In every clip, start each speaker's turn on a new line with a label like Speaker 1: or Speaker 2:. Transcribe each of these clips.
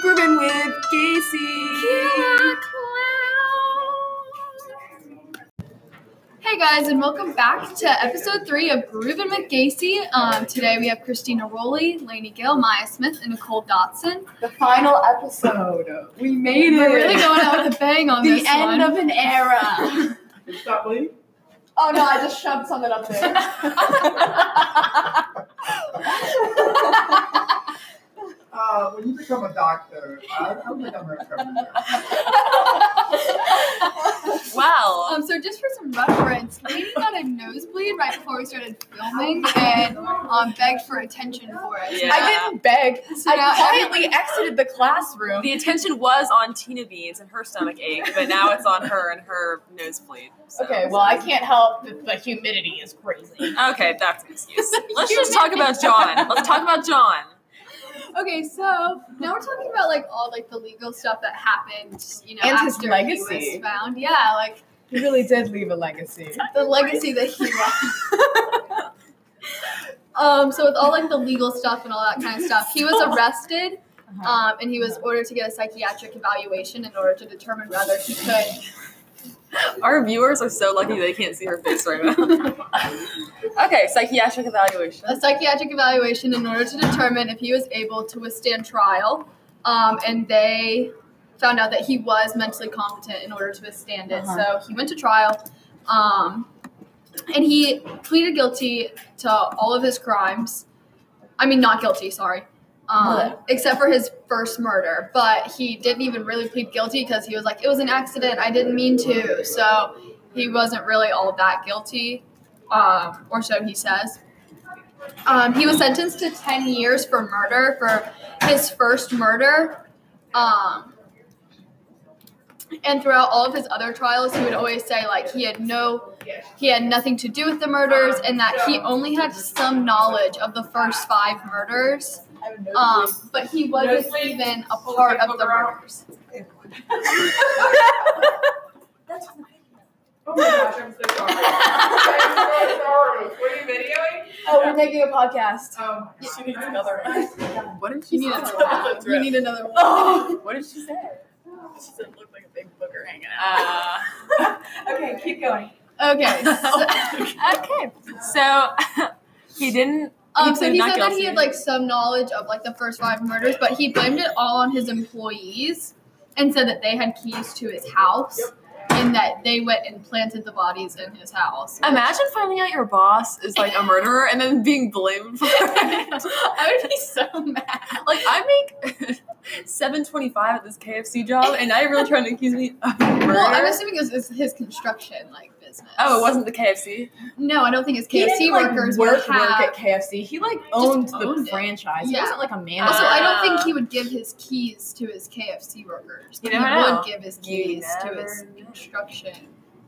Speaker 1: Grooving with Casey.
Speaker 2: Hey guys, and welcome back to episode three of Groovin' with Gacy. Um, today we have Christina Rowley, Lainey Gill, Maya Smith, and Nicole Dotson.
Speaker 1: The final episode. We made it.
Speaker 2: We're really going out with a bang on
Speaker 1: the
Speaker 2: this
Speaker 1: end
Speaker 2: one.
Speaker 1: of an era.
Speaker 3: Exactly.
Speaker 1: oh no, I just shoved something up there.
Speaker 3: Uh, when you become a doctor, I, I don't think I'm gonna cover that.
Speaker 4: Wow.
Speaker 2: um, so just for some reference, Lainey got a nosebleed right before we started filming and um, begged for attention for it.
Speaker 4: Yeah.
Speaker 1: I didn't beg.
Speaker 2: So now
Speaker 1: I
Speaker 2: everyone-
Speaker 1: quietly exited the classroom.
Speaker 4: The attention was on Tina Beans and her stomach ache, but now it's on her and her nosebleed. so-
Speaker 1: Okay, well, I can't help that the humidity is crazy.
Speaker 4: Okay, that's an excuse. Let's just talk about John. Let's talk about John.
Speaker 2: Okay, so now we're talking about like all like the legal stuff that happened, you know,
Speaker 1: And his
Speaker 2: after he
Speaker 1: legacy.
Speaker 2: was found. Yeah, like
Speaker 1: He really did leave a legacy.
Speaker 2: the legacy that he left. um, so with all like the legal stuff and all that kind of stuff, he was arrested. Um, and he was ordered to get a psychiatric evaluation in order to determine whether he could.
Speaker 4: Our viewers are so lucky they can't see her face right now. okay, psychiatric evaluation.
Speaker 2: A psychiatric evaluation in order to determine if he was able to withstand trial. Um, and they found out that he was mentally competent in order to withstand it. So he went to trial. Um, and he pleaded guilty to all of his crimes. I mean, not guilty, sorry. Um, except for his first murder, but he didn't even really plead guilty because he was like, it was an accident. I didn't mean to. So he wasn't really all that guilty, um, or so he says. Um, he was sentenced to 10 years for murder for his first murder. Um, and throughout all of his other trials, he would always say like he had no, he had nothing to do with the murders, and that he only had some knowledge of the first five murders. Um, but he wasn't even a part of the murders.
Speaker 3: Oh my gosh, I'm so sorry. I'm so sorry. Were you videoing?
Speaker 1: Oh, we're making a podcast.
Speaker 3: Um,
Speaker 4: She needs another What did she
Speaker 2: You need
Speaker 4: say?
Speaker 2: another one. You need another one.
Speaker 1: Oh.
Speaker 4: What did she say?
Speaker 1: She said it looked like a big booger hanging
Speaker 4: Uh,
Speaker 1: Okay, keep going.
Speaker 2: Okay. so-
Speaker 1: Okay.
Speaker 4: Uh, so he didn't.
Speaker 2: Um, so
Speaker 4: pleaded
Speaker 2: he
Speaker 4: not
Speaker 2: said that he
Speaker 4: guilty.
Speaker 2: had like some knowledge of like the first five murders, but he blamed it all on his employees and said that they had keys to his house and that they went and planted the bodies in his house.
Speaker 4: Imagine finding out your boss is like a murderer and then being blamed for it.
Speaker 2: I would be so mad.
Speaker 4: Like I make seven twenty five at this KFC job, and now you're really trying to accuse me of murder.
Speaker 2: Well, I'm assuming it was, it's his construction like business.
Speaker 4: oh, it wasn't the KFC.
Speaker 2: No, I don't think his
Speaker 1: He
Speaker 2: KFC
Speaker 1: didn't, like,
Speaker 2: workers
Speaker 1: work,
Speaker 2: would have.
Speaker 1: work at KFC. He like owned the
Speaker 2: owned it.
Speaker 1: franchise. He
Speaker 2: Yeah.
Speaker 1: wasn't like a manager.
Speaker 2: also, I don't think
Speaker 4: Ah.
Speaker 2: he would give his keys to his KFC workers.
Speaker 4: You
Speaker 2: but
Speaker 4: never
Speaker 2: he
Speaker 4: know.
Speaker 2: would give his
Speaker 4: You
Speaker 2: keys to
Speaker 4: never
Speaker 2: his
Speaker 4: know.
Speaker 2: construction.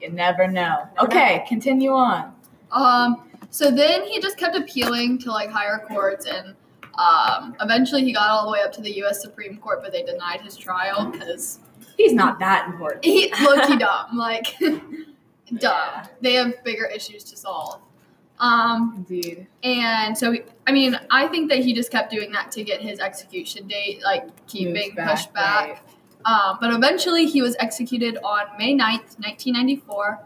Speaker 1: you never know. Okay, continue on.
Speaker 2: Um, so then he just kept appealing to like higher courts, and um, eventually he got all the way up to the U.S. Supreme Court, but they denied his trial because
Speaker 1: He's not that important.
Speaker 2: he low-key dumb, like dumb. They have bigger issues to solve. Um,
Speaker 1: Indeed.
Speaker 2: and so he- I mean, I think that he just kept doing that to get his execution date, like keep
Speaker 1: Moves
Speaker 2: being
Speaker 1: back,
Speaker 2: pushed back.
Speaker 1: right.
Speaker 2: Um, but eventually he was executed on May 9th, 1994.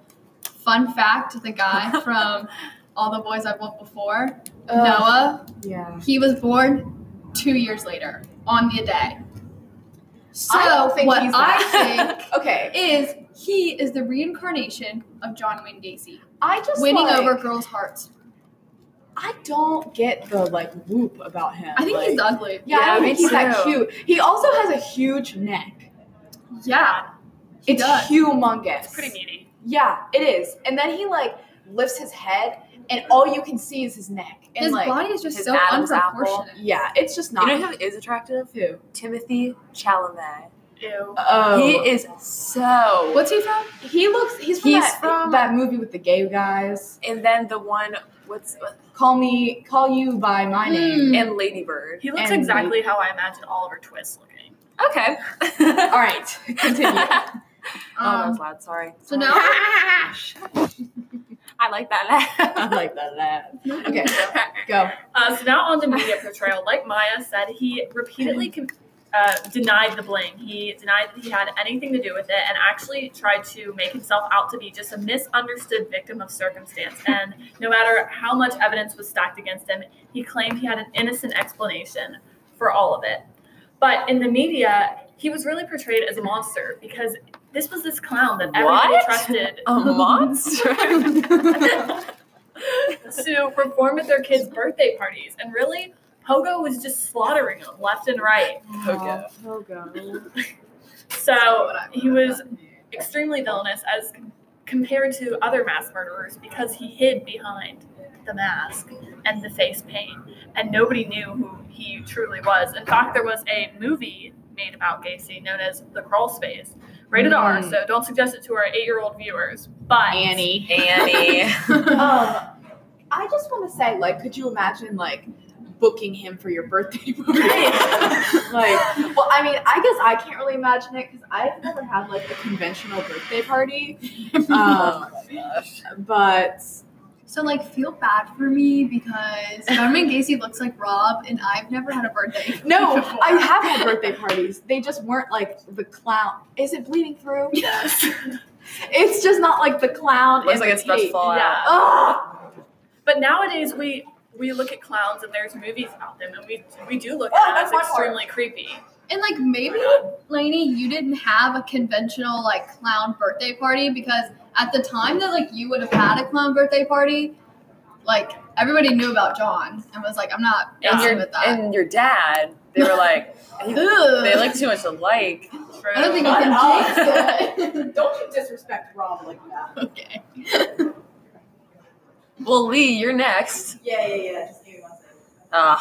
Speaker 2: Fun fact the guy from All the Boys I've Loved Before, Noah,
Speaker 1: Um, Yeah.
Speaker 2: he was born two years later on the day. So,
Speaker 1: I don't think
Speaker 2: what
Speaker 1: he's
Speaker 2: I
Speaker 1: that. Okay.
Speaker 2: think is he is the reincarnation of John Wayne Gacy,
Speaker 1: I just
Speaker 2: winning
Speaker 1: like,
Speaker 2: over girls' hearts.
Speaker 1: I don't get the like whoop about him.
Speaker 2: I think
Speaker 1: like,
Speaker 2: he's ugly.
Speaker 1: Yeah, I
Speaker 4: Yeah,
Speaker 1: don't
Speaker 4: me
Speaker 1: think he's that
Speaker 4: too.
Speaker 1: cute. He also has a huge neck.
Speaker 2: Yeah. He
Speaker 1: it's
Speaker 2: does.
Speaker 1: humongous.
Speaker 4: meaty.
Speaker 1: Yeah, it is. And then he like lifts his head, and all you can see is his neck. And
Speaker 2: His
Speaker 1: like,
Speaker 2: body is just
Speaker 4: his
Speaker 2: so
Speaker 4: Adam's apple.
Speaker 2: unproportionate.
Speaker 1: yeah, it's just
Speaker 4: You
Speaker 1: not.
Speaker 4: know who is attractive?
Speaker 1: Who?
Speaker 4: Timothy Chalamet.
Speaker 2: Ew.
Speaker 1: Oh,
Speaker 4: He is so.
Speaker 2: What's he from?
Speaker 1: He looks. He's from,
Speaker 4: He's
Speaker 1: that,
Speaker 4: from-
Speaker 1: that movie with the gay guys.
Speaker 4: And then the one what's
Speaker 1: Call me. Call you by my name.
Speaker 2: Hmm.
Speaker 4: and Ladybird.
Speaker 5: He looks
Speaker 1: And
Speaker 5: exactly how I imagine Oliver Twist looking.
Speaker 4: Okay.
Speaker 1: All right, continue.
Speaker 4: Oh, that
Speaker 2: Um,
Speaker 4: was loud. Sorry.
Speaker 2: so now
Speaker 5: Uh,
Speaker 4: I like that
Speaker 1: I
Speaker 4: laugh.
Speaker 1: like that laugh. Okay, go.
Speaker 5: Uh, so now on the media portrayal, like Maya said, he repeatedly com- uh, denied the blame. He denied that he had anything to do with it and actually tried to make himself out to be just a misunderstood victim of circumstance. And no matter how much evidence was stacked against him, he claimed he had an innocent explanation for all of it. But in the media, he was really portrayed as a monster because this was this clown that everybody
Speaker 4: What?
Speaker 5: trusted
Speaker 4: A monster?
Speaker 5: to perform at their kids' birthday parties. And really, Pogo was just slaughtering them left and right.
Speaker 4: Pogo.
Speaker 5: So Oh, he was extremely villainous as com- compared to other mass murderers because he hid behind the mask and the face paint, and nobody knew who he truly was. In fact, there was a movie made about Gacy known as The Crawl Space, rated R.
Speaker 4: Mm.
Speaker 5: So don't suggest it to our eight-year-old viewers. But
Speaker 1: Annie.
Speaker 4: Annie.
Speaker 1: Um, I just want to say, like, could you imagine, like, booking him for your birthday party? like, well, I mean, I guess I can't really imagine it because I've never had like a conventional birthday party. Um, but
Speaker 2: So like feel bad for me because Norman Gacy looks like Rob and I've never had a birthday.
Speaker 1: no,
Speaker 2: before.
Speaker 1: I have had birthday parties. They just weren't like the clown. Is it bleeding through?
Speaker 5: Yes.
Speaker 1: It's just not like the clown. and
Speaker 4: Looks like
Speaker 1: the
Speaker 4: it's about to
Speaker 1: pig.
Speaker 4: fall
Speaker 5: Yeah.
Speaker 4: out.
Speaker 1: Ugh!
Speaker 5: But nowadays we we look at clowns and there's movies about them and we we do look
Speaker 1: Oh,
Speaker 5: at them
Speaker 1: that's
Speaker 5: as
Speaker 1: one more.
Speaker 5: extremely creepy.
Speaker 2: And like maybe Lainey, you didn't have a conventional like clown birthday party because at the time that like you would have had a clown birthday party, like everybody knew about John and was like, I'm not
Speaker 4: And
Speaker 5: Yeah.
Speaker 2: messing
Speaker 4: your
Speaker 2: with that.
Speaker 4: and your dad, they were like,
Speaker 2: Ugh.
Speaker 4: they look too much alike.
Speaker 2: I don't think you
Speaker 1: Shut
Speaker 2: can
Speaker 4: uh,
Speaker 1: up.
Speaker 2: jinx
Speaker 1: Oh.
Speaker 2: it.
Speaker 1: Don't you disrespect Rob like that?
Speaker 2: okay.
Speaker 4: Well, Lee, you're next.
Speaker 1: Yeah, yeah, yeah. Just give me one second.
Speaker 4: Ugh,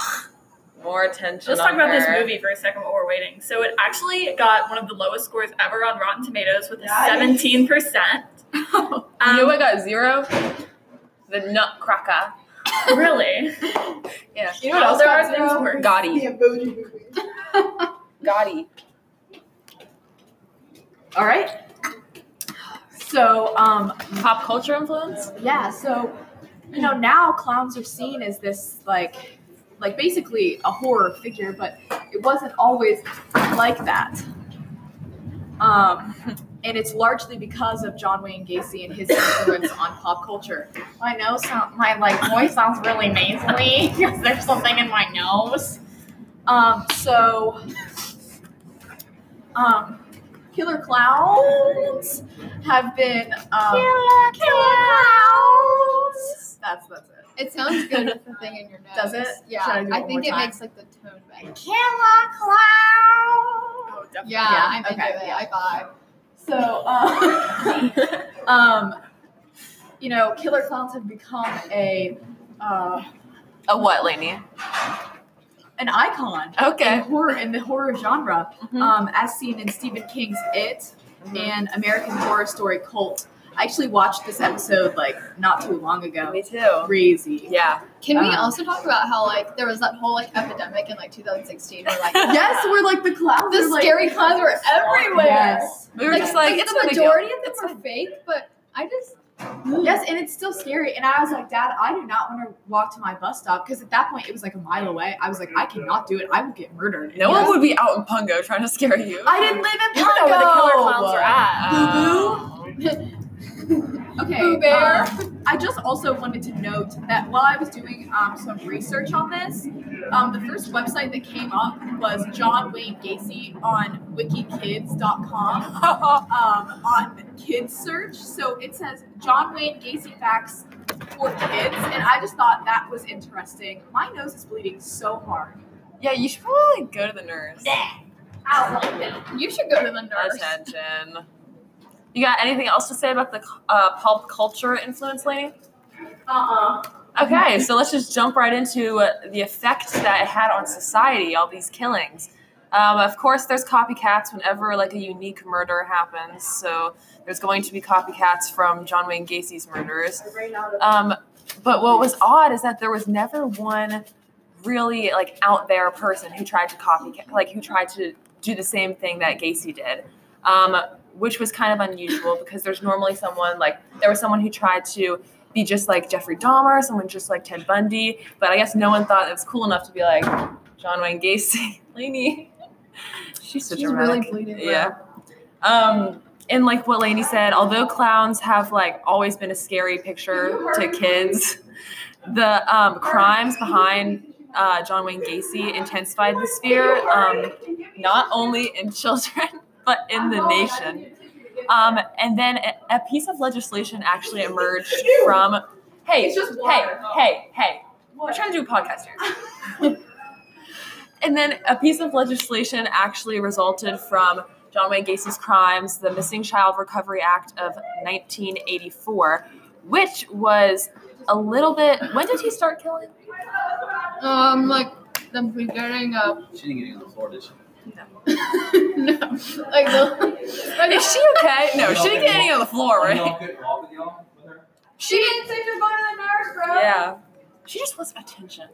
Speaker 4: more attention.
Speaker 5: Let's talk
Speaker 4: on
Speaker 5: about this
Speaker 4: her.
Speaker 5: movie for a second while we're waiting. So it actually got one of the lowest scores ever on Rotten Tomatoes with a
Speaker 1: Nice.
Speaker 5: seventeen percent.
Speaker 4: you
Speaker 5: Um,
Speaker 4: know what got zero? The Nutcracker.
Speaker 5: really?
Speaker 4: Yeah.
Speaker 1: You know what else got
Speaker 5: there are things
Speaker 1: zero?
Speaker 5: worse.
Speaker 4: Gotti.
Speaker 3: The emoji movie.
Speaker 4: Gotti.
Speaker 1: All right. So, um,
Speaker 4: Pop culture influence?
Speaker 1: yeah, so you know, now clowns are seen as this like like basically a horror figure, but it wasn't always like that. Um and it's largely because of John Wayne Gacy and his influence on pop culture.
Speaker 6: I know sound, my like voice sounds really nasally because there's something in my nose.
Speaker 1: Um, so um killer clowns have been um
Speaker 6: Killer,
Speaker 1: clowns. That's that's it.
Speaker 2: It sounds good with the thing in your nose.
Speaker 1: Does it?
Speaker 2: Yeah.
Speaker 1: Should I do it
Speaker 2: I
Speaker 1: one
Speaker 2: think
Speaker 1: more
Speaker 2: it
Speaker 1: time?
Speaker 2: makes like the tone better.
Speaker 6: Killer clown.
Speaker 5: Oh,
Speaker 2: Yeah,
Speaker 5: definitely.
Speaker 2: I'm
Speaker 1: okay,
Speaker 2: into it.
Speaker 1: yeah.
Speaker 2: I vibe.
Speaker 1: So, um, um, you know, killer clowns have become a uh,
Speaker 4: A what, Lainey?
Speaker 1: an icon in
Speaker 4: Okay.
Speaker 1: horror in the horror genre,
Speaker 2: Mm-hmm.
Speaker 4: Mhm.
Speaker 1: um, as seen in Stephen King's It
Speaker 4: Mhm.
Speaker 1: and American Horror Story Cult. I actually watched this episode like not too long ago.
Speaker 4: Me too.
Speaker 1: Crazy.
Speaker 4: Yeah.
Speaker 2: Can we
Speaker 4: Uh-huh.
Speaker 1: Um,
Speaker 2: also talk about how like there was that whole like epidemic in like 2016 where like
Speaker 1: Yes, we're like the clowns.
Speaker 2: the
Speaker 1: are, like,
Speaker 2: scary clowns were everywhere.
Speaker 1: Yes.
Speaker 4: We were
Speaker 2: Like,
Speaker 4: just like,
Speaker 2: like,
Speaker 4: it's
Speaker 2: the
Speaker 4: not a big deal.
Speaker 2: majority of them
Speaker 4: It's
Speaker 2: are fake, but I just
Speaker 1: Yes, and it's still scary. And I was like, Dad, I do not want to walk to my bus stop because at that point it was like a mile away. I was like, I cannot do it. I will get murdered.
Speaker 4: No
Speaker 1: Yes.
Speaker 4: one would be out in Pungo trying to scare you.
Speaker 1: I didn't live in
Speaker 5: You don't know where the killer clowns are at.
Speaker 4: Uh,
Speaker 1: Okay.
Speaker 2: Pooh Bear.
Speaker 1: um, I just also wanted to note that while I was doing um, some research on this, um, the first website that came up was John Wayne Gacy on wikikids.com um, on kids search. So it says John Wayne Gacy facts for kids, and I just thought that was interesting. My nose is bleeding so hard.
Speaker 4: yeah, you should probably like, go to the nurse.
Speaker 2: you should go to the nurse.
Speaker 4: Attention. You got anything else to say about the uh, pulp culture influence, Lainey?
Speaker 1: Uh-uh.
Speaker 4: Okay, so let's just jump right into uh, the effect that it had on society, all these killings. Um, of course, there's copycats whenever like a unique murder happens. So there's going to be copycats from John Wayne Gacy's murders. Um, but what was odd is that there was never one really like out there person who tried to copy, like who tried to do the same thing that Gacy did, um, which was kind of unusual because there's normally someone like there was someone who tried to be just like Jeffrey Dahmer, someone just like Ted Bundy, but I guess no one thought it was cool enough to be like John Wayne Gacy, Laney. She's so
Speaker 2: She's
Speaker 4: dramatic.
Speaker 2: really bleeding. bro.
Speaker 4: Yeah. Um, and like what Lainey said, although clowns have like always been a scary picture to kids, the um, crimes behind uh, John Wayne Gacy intensified this fear, um, not only in children but in the nation. Um, and then a, a piece of legislation actually emerged from. Hey,
Speaker 1: It's just
Speaker 4: hey,
Speaker 1: water.
Speaker 4: hey, hey! We're trying to do a podcast here. and then a piece of legislation actually resulted from John Wayne Gacy's crimes, the Missing Child Recovery Act of 1984, which was a little bit. When did he start killing?
Speaker 2: Um, like the beginning of
Speaker 7: She didn't get any on the floor, did she?
Speaker 2: no, like the like
Speaker 4: Is she okay? No, she didn't get any on the floor,
Speaker 7: Are
Speaker 4: right?
Speaker 7: y'all good walking y'all with her?
Speaker 1: She didn't say she's going to the nurse, bro.
Speaker 4: Yeah. She just wants attention.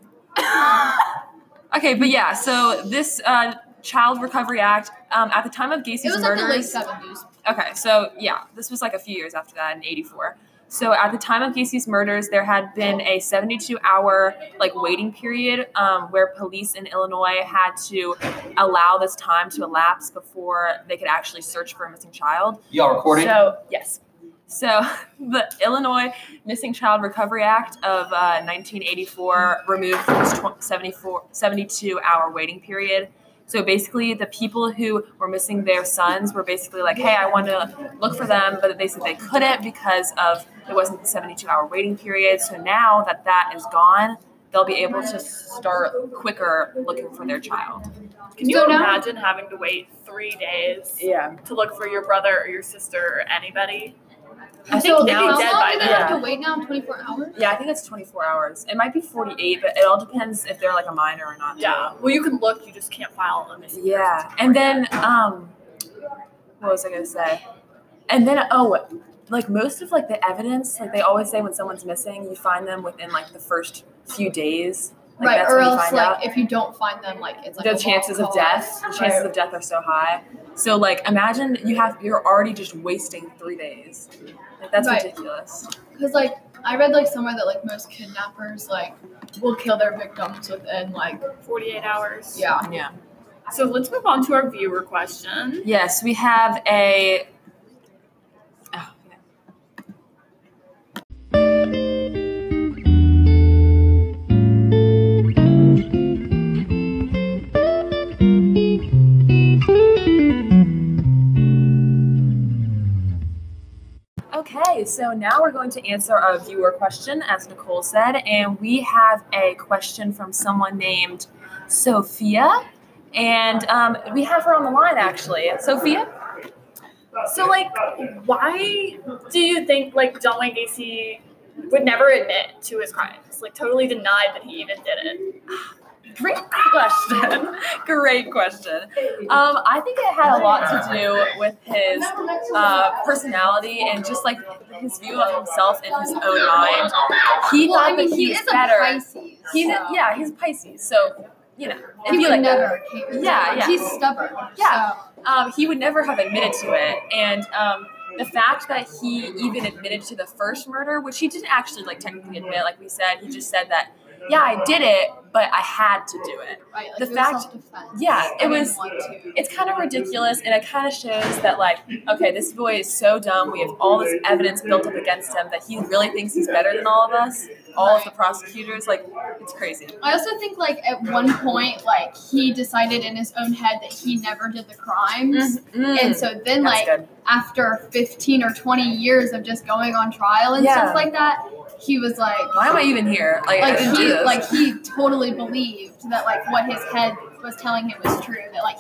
Speaker 4: okay, but yeah, so this uh, Child Recovery Act, um, at the time of Gacy's
Speaker 2: it was like the late
Speaker 4: murders.
Speaker 2: seventies.
Speaker 4: okay, so yeah, this was like a few years after that in 84. So at the time of Gacy's murders, there had been a 72 hour like waiting period um, where police in Illinois had to allow this time to elapse before they could actually search for a missing child.
Speaker 7: Y'all recording?
Speaker 4: So yes. So the Illinois Missing Child Recovery Act of uh, 1984 removed this tw- 74 72 hour waiting period. So basically, the people who were missing their sons were basically like, "Hey, I want to look for them," but they said they couldn't because of it wasn't the 72 hour waiting period. So now that that is gone, they'll be able to start quicker looking for their child.
Speaker 5: Can you
Speaker 2: So now-
Speaker 5: imagine having to wait three days
Speaker 4: Yeah.
Speaker 5: to look for your brother or your sister or anybody?
Speaker 4: I
Speaker 5: think
Speaker 4: think
Speaker 5: now
Speaker 4: now
Speaker 2: How
Speaker 5: it's dead
Speaker 2: long
Speaker 5: by
Speaker 2: do they
Speaker 4: then.
Speaker 2: have to wait now? Twenty four hours.
Speaker 4: Yeah, I think it's 24 hours. It might be 48, but it all depends if they're like a minor or not. too.
Speaker 5: Yeah. Well, you can look. You just can't file a missing.
Speaker 4: Yeah.
Speaker 5: person
Speaker 4: And
Speaker 5: report
Speaker 4: then, um, what was I going to say? And then, oh, like most of like the evidence, like they always say when someone's missing, you find them within like the first few days. Like
Speaker 2: right,
Speaker 4: that's
Speaker 2: or
Speaker 4: when you
Speaker 2: else
Speaker 4: find
Speaker 2: like
Speaker 4: out.
Speaker 2: if you don't find them, like it's like a
Speaker 4: the
Speaker 2: long
Speaker 4: chances of
Speaker 2: haul.
Speaker 4: death, the chances
Speaker 2: Right.
Speaker 4: of death are so high. So like imagine you have you're already just wasting three days. Like that's
Speaker 2: Right.
Speaker 4: ridiculous.
Speaker 2: Because like I read like somewhere that like most kidnappers like will kill their victims within like
Speaker 5: Forty-eight hours.
Speaker 2: yeah.
Speaker 4: Yeah.
Speaker 5: So let's move on to our viewer question.
Speaker 4: Yes, we have a. Oh, yeah. Okay, so now we're going to answer our viewer question, as Nicole said, and we have a question from someone named Sophia, and um, we have her on the line actually. Sophia,
Speaker 5: So, like, why do you think like John Wayne Gacy would never admit to his crimes? Like, totally denied that he even did it.
Speaker 4: great question, great question. Um, I think it had a lot to do with his uh, personality and just like his view of himself in his own mind. He
Speaker 2: well, I
Speaker 4: thought
Speaker 2: mean,
Speaker 4: that
Speaker 2: he
Speaker 4: he was
Speaker 2: is a
Speaker 4: better.
Speaker 2: Pisces.
Speaker 4: He's
Speaker 2: so.
Speaker 4: yeah, he's Pisces, so you know if
Speaker 2: He
Speaker 4: you
Speaker 2: would
Speaker 4: like
Speaker 2: never. Cave.
Speaker 4: Yeah, yeah.
Speaker 2: He's stubborn.
Speaker 4: Yeah.
Speaker 2: so-
Speaker 4: um, he would never have admitted to it. And um, the fact that he even admitted to the first murder, which he didn't actually like technically admit, like we said, he just said that, yeah, I did it, but I had to do it.
Speaker 2: right. Like
Speaker 4: The
Speaker 2: it was
Speaker 4: fact-
Speaker 2: self-defense. I
Speaker 4: yeah, it
Speaker 2: didn't
Speaker 4: was-
Speaker 2: want to.
Speaker 4: It's kind of ridiculous, and it kind of shows that, like, okay, this boy is so dumb. We have all this evidence built up against him that he really thinks he's better than all of us, all of the prosecutors. Like, it's crazy.
Speaker 2: I also think like at one point like he decided in his own head that he never did the crimes. And so then
Speaker 4: Mm-hmm.
Speaker 2: like
Speaker 4: That's good.
Speaker 2: after 15 or 20 years of just going on trial and
Speaker 4: Yeah.
Speaker 2: stuff like that, he was like
Speaker 4: Why am I even here? Like, I
Speaker 2: like
Speaker 4: didn't do
Speaker 2: he
Speaker 4: this.
Speaker 2: like he totally believed that like what his head was telling him was true that like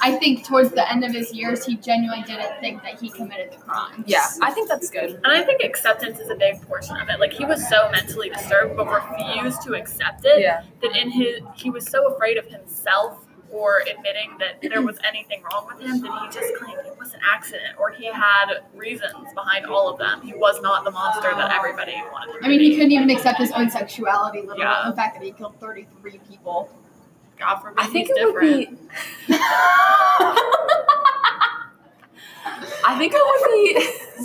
Speaker 2: I think towards the end of his years he genuinely didn't think that he committed the crimes.
Speaker 4: yeah, I think that's good.
Speaker 5: And I think acceptance is a big portion of it. Like he was so mentally disturbed, but refused to accept it
Speaker 4: Yeah.
Speaker 5: that in his he was so afraid of himself or admitting that there was anything wrong with him that he just claimed it was an accident or he had reasons behind all of them. He was not the monster that everybody wanted him to
Speaker 2: I mean, he
Speaker 5: be.
Speaker 2: couldn't even accept his own sexuality, let alone
Speaker 5: Yeah.
Speaker 2: the fact that he killed 33 people.
Speaker 5: God forbid
Speaker 4: I think
Speaker 5: he's
Speaker 4: it would
Speaker 5: different.
Speaker 4: be. I think it would be.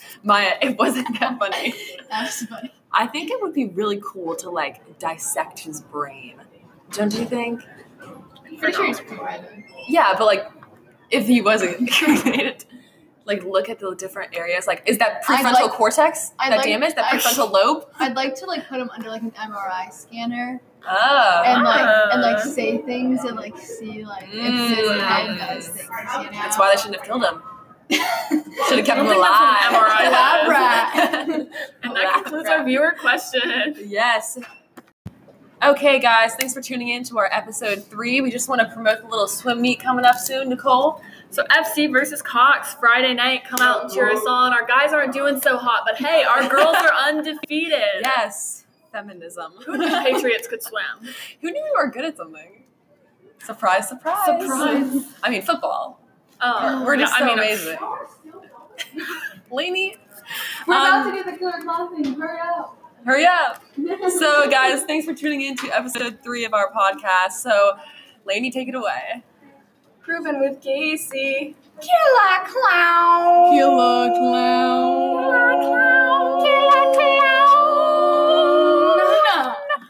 Speaker 4: Maya, it wasn't that funny.
Speaker 2: That's funny.
Speaker 4: I think it would be really cool to like dissect his brain. Don't you think?
Speaker 6: Pretty sure he's provided.
Speaker 4: Yeah, but like, if he wasn't cremated, like look at the different areas. Like, is that
Speaker 2: I'd
Speaker 4: prefrontal
Speaker 2: like-
Speaker 4: cortex
Speaker 2: I'd
Speaker 4: that
Speaker 2: like-
Speaker 4: damaged? That
Speaker 2: I-
Speaker 4: prefrontal lobe?
Speaker 2: I'd like to like put him under like an MRI scanner
Speaker 4: Oh,
Speaker 2: and like and like
Speaker 5: Ah.
Speaker 2: say things and like see like if
Speaker 4: Mm.
Speaker 2: this guy does things. You know?
Speaker 4: that's why they shouldn't have killed him. Should have kept
Speaker 5: I
Speaker 4: him
Speaker 5: don't think that's
Speaker 4: alive.
Speaker 2: an
Speaker 5: And that concludes our viewer question.
Speaker 4: Yes. Okay, guys, thanks for tuning in to our episode three. We just want to promote the little swim meet coming up soon, Nicole.
Speaker 5: So FC versus Cox Friday night. Come out and cheer us
Speaker 4: Oh.
Speaker 5: on. Our guys aren't doing so hot, but hey, our girls are undefeated.
Speaker 4: Yes, feminism.
Speaker 5: Who knew Patriots could swim?
Speaker 4: Who knew we were good at something? Surprise, surprise.
Speaker 5: Surprise.
Speaker 4: I mean, football.
Speaker 5: Oh,
Speaker 4: We're just so
Speaker 5: yeah, I mean,
Speaker 4: amazing. Lainey,
Speaker 2: We're
Speaker 4: Um,
Speaker 2: about to do the Killer Clothing. Hurry up.
Speaker 4: hurry up. So, guys, thanks for tuning in to episode three of our podcast. So, Lainey, take it away.
Speaker 5: proven with Casey.
Speaker 6: Killer clown.
Speaker 4: Killer clown.